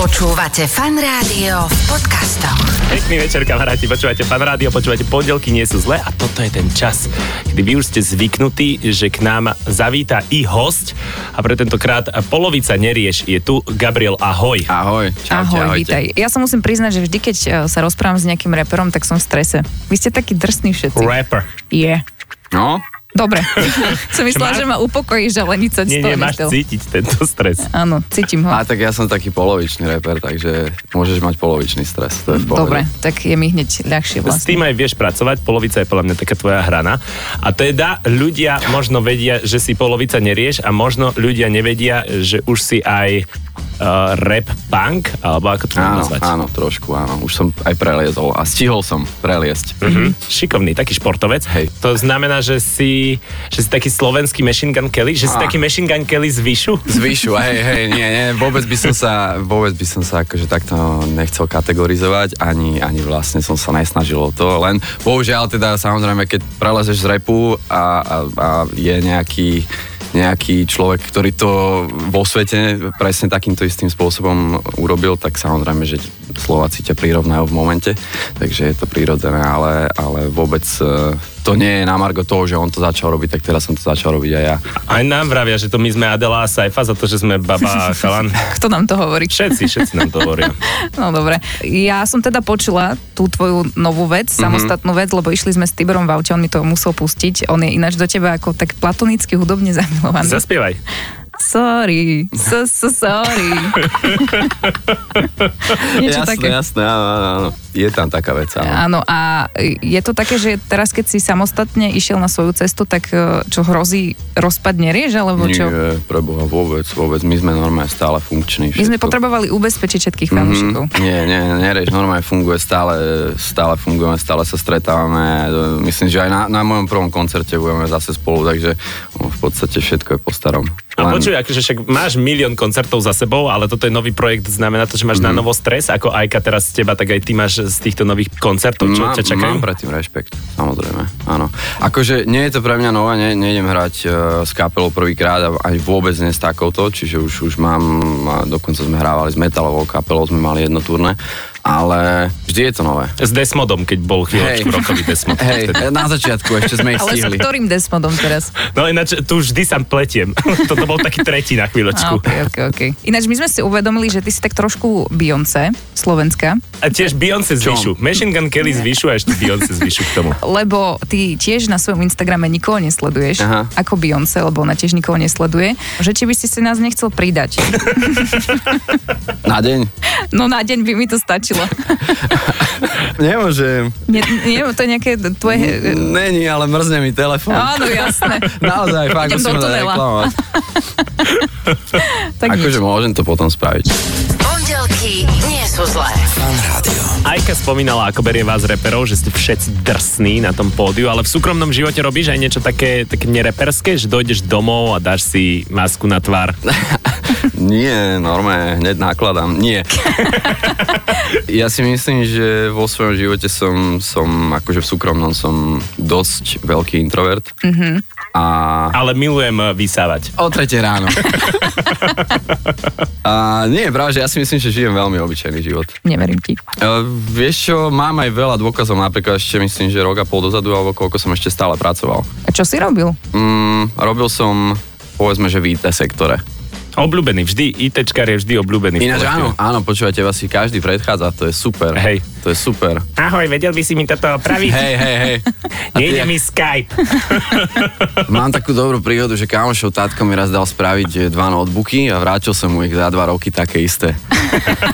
Počúvate fan rádio v podcastoch. Pekný večer, kamaráti, počúvate fan rádio, počúvate pondelky nie sú zlé a toto je ten čas, kedy vy už ste zvyknutí, že k nám zavíta i host a pre tentokrát polovica nerieš je tu. Gabriel, ahoj. Ahoj. Čaute, Ahoj, ahojte. vítaj. Ja sa musím priznať, že vždy, keď e, sa rozprávam s nejakým reperom, tak som v strese. Vy ste takí drsní všetci. Rapper. Je. No, Dobre. som myslela, Máš- že ma upokojí, že len nič sa Nie, z toho nie, máš nestalo. cítiť tento stres. Áno, cítim ho. a tak ja som taký polovičný reper, takže môžeš mať polovičný stres, to je v pohode. Dobre, tak je mi hneď S ľahšie vlastne. tým aj vieš pracovať, polovica je podľa mňa taká tvoja hrana. A teda ľudia možno vedia, že si polovica nerieš a možno ľudia nevedia, že už si aj uh, rap punk, alebo ako to mám Áno, nazvať. áno, trošku, áno. Už som aj preliezol a stihol som preliesť. Mhm. Šikovný, taký športovec. Hej. To znamená, že si, že si taký slovenský Machine Gun Kelly? Že si Á. taký Machine Gun Kelly z Vyšu? Zvyšu, hej, hej, nie, nie, vôbec by som sa, vôbec by som sa akože takto nechcel kategorizovať, ani, ani vlastne som sa nesnažil o to, len bohužiaľ teda samozrejme, keď prelezeš z repu a, a, a je nejaký nejaký človek, ktorý to vo svete presne takýmto istým spôsobom urobil, tak samozrejme, že Slováci ťa prirovnajú v momente, takže je to prirodzené, ale, ale vôbec eh, to nie je na margo toho, že on to začal robiť, tak teraz som to začal robiť aj ja. Aj nám vravia, že to my sme Adela a Saifa za to, že sme baba a chalan. Kto nám to hovorí? Všetci, všetci nám to hovoria. No dobre. Ja som teda počula tú tvoju novú vec, Mhm. samostatnú vec, lebo išli sme s Tiborom v aute, on mi to musel pustiť. On je ináč do teba ako tak platonicky hudobne zamilovaný. Zaspievaj. Sorry, so, so, sorry. Niečo jasné, také. jasné, áno, áno, áno. Je tam taká vec, áno. Áno, a je to také, že teraz, keď si samostatne išiel na svoju cestu, tak e, čo hrozí rozpad nerieš, alebo čo? Nie, preboha, vôbec, vôbec. My sme normálne stále funkční. My sme všetko. potrebovali ubezpečiť všetkých fanúšikov. Mhm. Nie, nie, nerieš, normálne funguje, stále, stále fungujeme, stále sa stretávame. Myslím, že aj na, na mojom prvom koncerte budeme zase spolu, takže v podstate všetko je po starom. A počuj, akože však máš milión koncertov za sebou, ale toto je nový projekt, znamená to, že máš mm. na Mhm. novo stres, ako Ajka teraz z teba, tak aj ty máš z týchto nových koncertov, čo ťa čakajú. Mám pre tým rešpekt, samozrejme, áno. Akože nie je to pre mňa nové, ne, nejdem hrať uh, s kapelou prvýkrát a aj vôbec nie s takouto, čiže už, už mám, a dokonca sme hrávali s metalovou kapelou, sme mali jedno turné, ale vždy je to nové. S Desmodom, keď bol chvíľočku Hej. rokový Desmod. Hej, e, na začiatku ešte sme ich Ale s stihli. ktorým desmodom teraz? No ináč, tu vždy sa pletiem. Toto bol taký tretí na Á, chvíľočku. okay, okay, okay. Ináč, my sme si uvedomili, že ty si tak trošku Beyoncé, Slovenska, A tiež Beyoncé z Čom? Vyšu. Machine Gun Kelly z Vyšu a ešte Beyoncé z Vyšu k tomu. lebo ty tiež na svojom Instagrame nikoho nesleduješ, Aha. ako Beyoncé, lebo ona tiež nikoho nesleduje, že či by si si nás nechcel pridať. Na deň? No na deň by mi to stačilo. Nemôžem. Nie, nie to je nejaké tvoje... Není, ale mrzne mi telefón. Áno, jasné. Naozaj, fakt, Idem do musím to tunela. reklamovať. Tak Akože nič. môžem to potom spraviť. Pondelky nie sú zlé. Ajka spomínala, ako berie vás reperov, že ste všetci drsní na tom pódiu, ale v súkromnom živote robíš aj niečo také, také nereperské, že dojdeš domov a dáš si masku na tvár. Nie, normálne, hneď nakladám. Nie. ja si myslím, že vo svojom živote som, som akože v súkromnom som dosť veľký introvert. Mm-hmm. A Ale milujem eh, vysávať. o tretie ráno. A nie, práve, že ja si myslím, že žijem veľmi obyčajný život. Neverím ti. Uh, vieš čo, mám aj veľa dôkazov, napríklad ešte myslím, že rok a pol dozadu, alebo koľko som ešte stále pracoval. A čo si robil? Mm, robil som, povedzme, že v IT sektore. Obľúbený, vždy, ITčkar je vždy obľúbený. v Ináč kolektíve. áno, áno, počúvate, vás si každý predchádza, to je super. Hej. To je super. Ahoj, vedel by si mi toto opraviť? Hej, hej, hej. A ty, Nejde ak- mi Skype. Mám takú dobrú príhodu, že kamošov tátko mi raz dal spraviť eh, dva notebooky a vrátil som mu ich za dva roky také isté.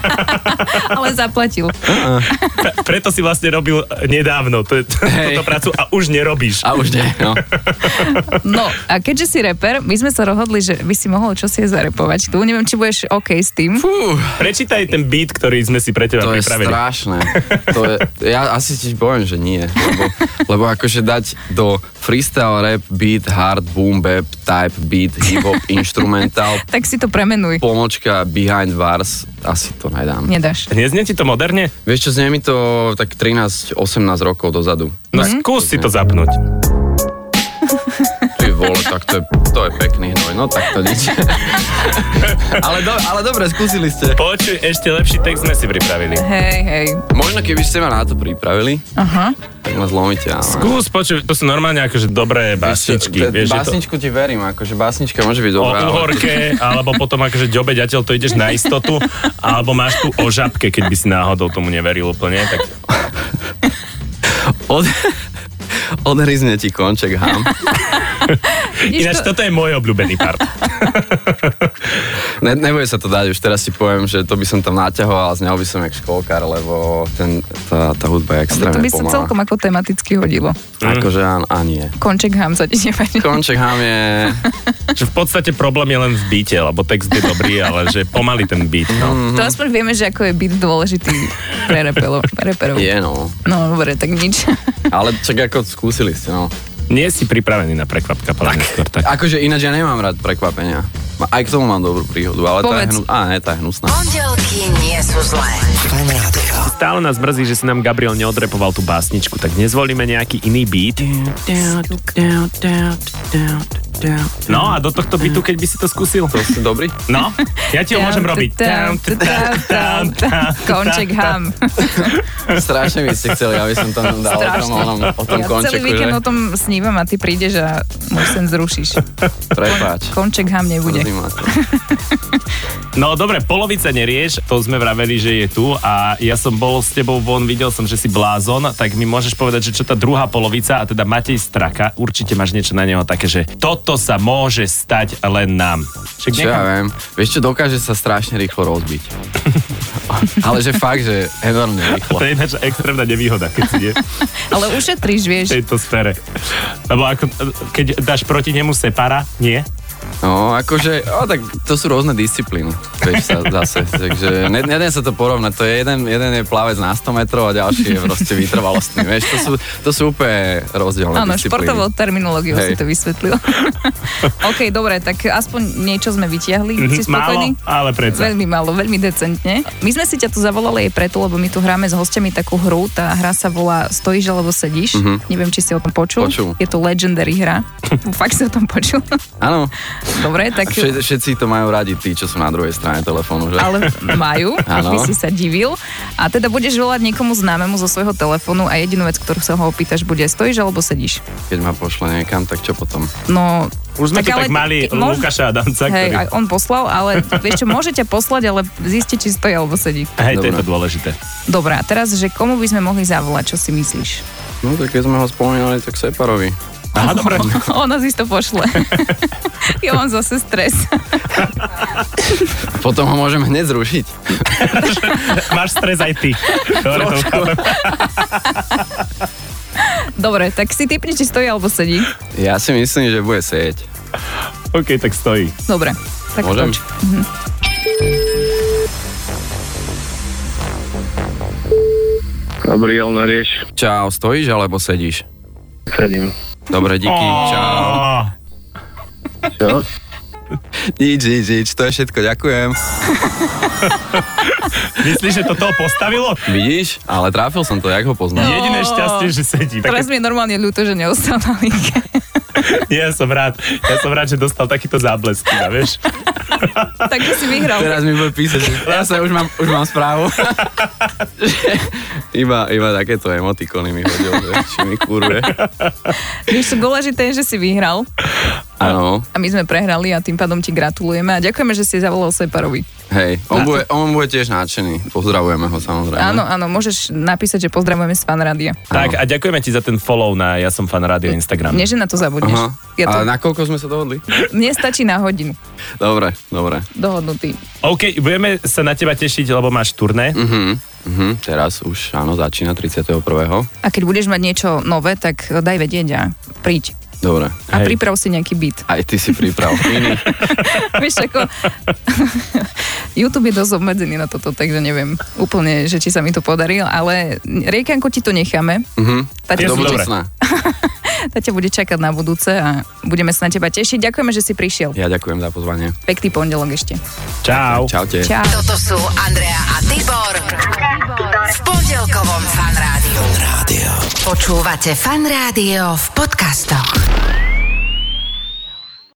Ale zaplatil. Pre- Preto si vlastne robil eh, nedávno to, to, Hej. túto prácu a už nerobíš. A už nie, no. No a keďže si reper, my sme sa rozhodli, že by si mohol čosi aj zarepovať. Tu neviem, či budeš OK s tým. Fú, Prečítaj ten beat, ktorý sme si pre teba to je pripravili. strašné. To je, ja asi ti poviem, že nie. Lebo, lebo akože dať do freestyle rap, beat, hard, boom, bap, type, beat, hip-hop, instrumental, Tak si to premenuj. pomočka, behind bars, asi to nedám. Nedáš. Neznie ti to moderne? Vieš čo, znie mi to tak 13-18 rokov dozadu. No skús si to zapnúť. Ty vole, tak to je, to je pekný hnoj, no tak to nič. ale, do, ale dobre, skúsili ste. Počuj, ešte lepší text sme si pripravili. Hej, hej. Možno keby ste ma na to pripravili, Aha. tak ma zlomíte. Ale... Skús, počuj, to sú normálne akože dobré básničky. Vieš, Vieš, je to básničku ti verím, akože básnička môže byť o dobrá. ale- uhorke, alebo potom akože ďobe ďateľ, to ideš na istotu, alebo máš tu o žabke, keď by si náhodou tomu neveril úplne, tak Od... Odhryzne ti konček ham. Ináč, Vidíš, to, toto je môj obľúbený part. Ne, nebude sa to dať, už teraz ti poviem, že to by som tam naťahoval a znel by som jak školkár, lebo ten, tá, tá hudba je to extrémne by sa pomalá. celkom ako tematicky hodilo. Mhm. Akože áno, a nie. Konček hám sa ti nevadí. Konček ham je... Že v podstate problém je len v byte, lebo text je dobrý, ale že pomaly ten beat, no. To aspoň vieme, že ako je byt dôležitý pre repelov, reperov. Je no. No, dobre, tak nič. Ale čak ako skúsili ste, no. Nie si pripravený na prekvapka, podľa mňa skôr tak. Akože ináč ja nemám rád prekvapenia. Ma- Aj k tomu mám dobrú príhodu, ale tá je, Povedz. hnu... Á, ne, tá je hnusná. Pondelky nie sú zlé. Fan Rádio. Stále nás mrzí, že si nám Gabriel neodrepoval tú básničku, tak nezvolíme nejaký iný beat. No a do tohto beatu, keď by si to skúsil. To ste dobrý? No, ja ti ho môžem robiť. Tam, tam, tam, tam, tam. Konček ham. Strašne by ste chceli, aby som tam dal o tom, Strašne. onom, o tom Ja celý končeku, že? víkend o tom snívam a ty prídeš a môj sen zrušíš. Prepáč. Konček ham nebude. Mrzí ma to. No dobre, polovica nerieš, to sme vraveli, že je tu a ja som bol s tebou von, videl som, že si blázon, tak mi môžeš povedať, že čo tá druhá polovica, a teda Matej Straka, určite máš niečo na neho také, že toto sa môže stať len nám. Však Čo ja viem. Vieš čo, dokáže sa strašne rýchlo rozbiť. ale že fakt, že enormne rýchlo. To je ináč extrémna nevýhoda, keď si je v Ale ušetríš, vieš. tejto sfére. Lebo ako, keď dáš proti nemu separa, nie? No, akože, o, tak to sú rôzne disciplíny, vieš sa zase, takže ne- nedá sa to porovnať, to je jeden, jeden je plavec na 100 metrov a ďalší je proste vytrvalostný, vieš, to sú, to sú úplne rozdielne Áno, disciplíny. športovou terminológiou si Hej. to vysvetlil. OK, dobre, tak aspoň niečo sme vyťahli. Si spokojný? Mhm. Málo, ale predsa. Veľmi málo, veľmi decentne. My sme si ťa tu zavolali aj preto, lebo my tu hráme s hostiami takú hru. Tá hra sa volá Stojíš alebo sedíš. Neviem, či si o tom počul. Mhm. Počul. Je to Legendary hra. Fakt si o tom počul. Áno, Dobre, tak... všet, všetci to majú radi, tí, čo sú na druhej strane telefónu, že? ale majú, Áno. by si sa divil. A teda budeš volať niekomu známemu zo svojho telefónu a jedinú vec, ktorú sa ho opýtaš, bude stojíš alebo sedíš. Keď ma pošle niekam, tak čo potom? No, Už sme tak tu ale tak mali ty- mož- Lukáša Adamca, Hej, ktorý... aj on poslal, ale vieš čo, môžete poslať, ale zistite, či stojí alebo sedí. Hej, to je Dobre. to dôležité. Dobre, a teraz, že komu by sme mohli zavolať, čo si myslíš? No, tak keď sme ho spomínali, tak Separovi. Aha, dobre. Ona si to pošle. ja mám zase stres. Potom ho môžem hneď zrušiť. Máš stres aj ty. Dobre, to chápem. Dobre, tak si typni, či stojí alebo sedí. Ja si myslím, že bude sedieť. OK, tak stojí. Dobre, tak Môžem? toč. Gabriel, nerieš, Čau, stojíš alebo sedíš? sedím. Dobre, díky, čau. Á, Čo? Nič, nič, nič, to je všetko, ďakujem. Myslíš, že to toho postavilo? Vidíš? Ale tráfil som to, jak ho poznám. Jediné šťastie, že sedí. Teraz Tak, mi je normálne ľúto, že neostal na linke. ja som rád. Ja som rád, že dostal takýto záblesk. iba, Vieš? Takže si vyhral. Teraz mi bude písať, že ja sa už mám, už mám správu. Že iba, iba takéto emotikony mi hodil, že či mi kuruje. Vieš, čo dôležité je, že si vyhral Áno, a my sme prehrali a tým pádom ti gratulujeme a ďakujeme, že si zavolal Separovi. hej, on bude, on bude tiež nadšený. Pozdravujeme ho samozrejme. Áno, áno, môžeš napísať, že pozdravujeme z fanrádia. Tak a ďakujeme ti za ten follow na Ja som fan rádio Instagram. Nie, že na to zabudneš. Aha. Ja to, A na koľko sme sa dohodli? Mne stačí na hodinu. Dobre, dobre. Dohodnutý. OK, budeme sa na teba tešiť, lebo máš turné. Mhm, mhm, teraz už, áno, začína 31. A keď budeš mať niečo nové, tak daj vedieť a príď. Dobre. A Hej. priprav si nejaký beat. Aj ty si priprav. Iný. Vieš, ako... YouTube je dosť obmedzený na toto, takže neviem úplne, že či sa mi to podarí, ale riekanku ti to necháme. Mhm. Tá Ja Do ťa, som bude, Hm. dobre. budúcna. tá ťa bude čakať na budúce a budeme sa na teba tešiť. Ďakujeme, že si prišiel. Ja ďakujem za pozvanie. Pekný pondelok ešte. Čau. Čaute. Čau. Toto sú Andrea a Tibor v pondelkovom fan rádiu. Rádio. Počúvate fan rádio v podcastoch.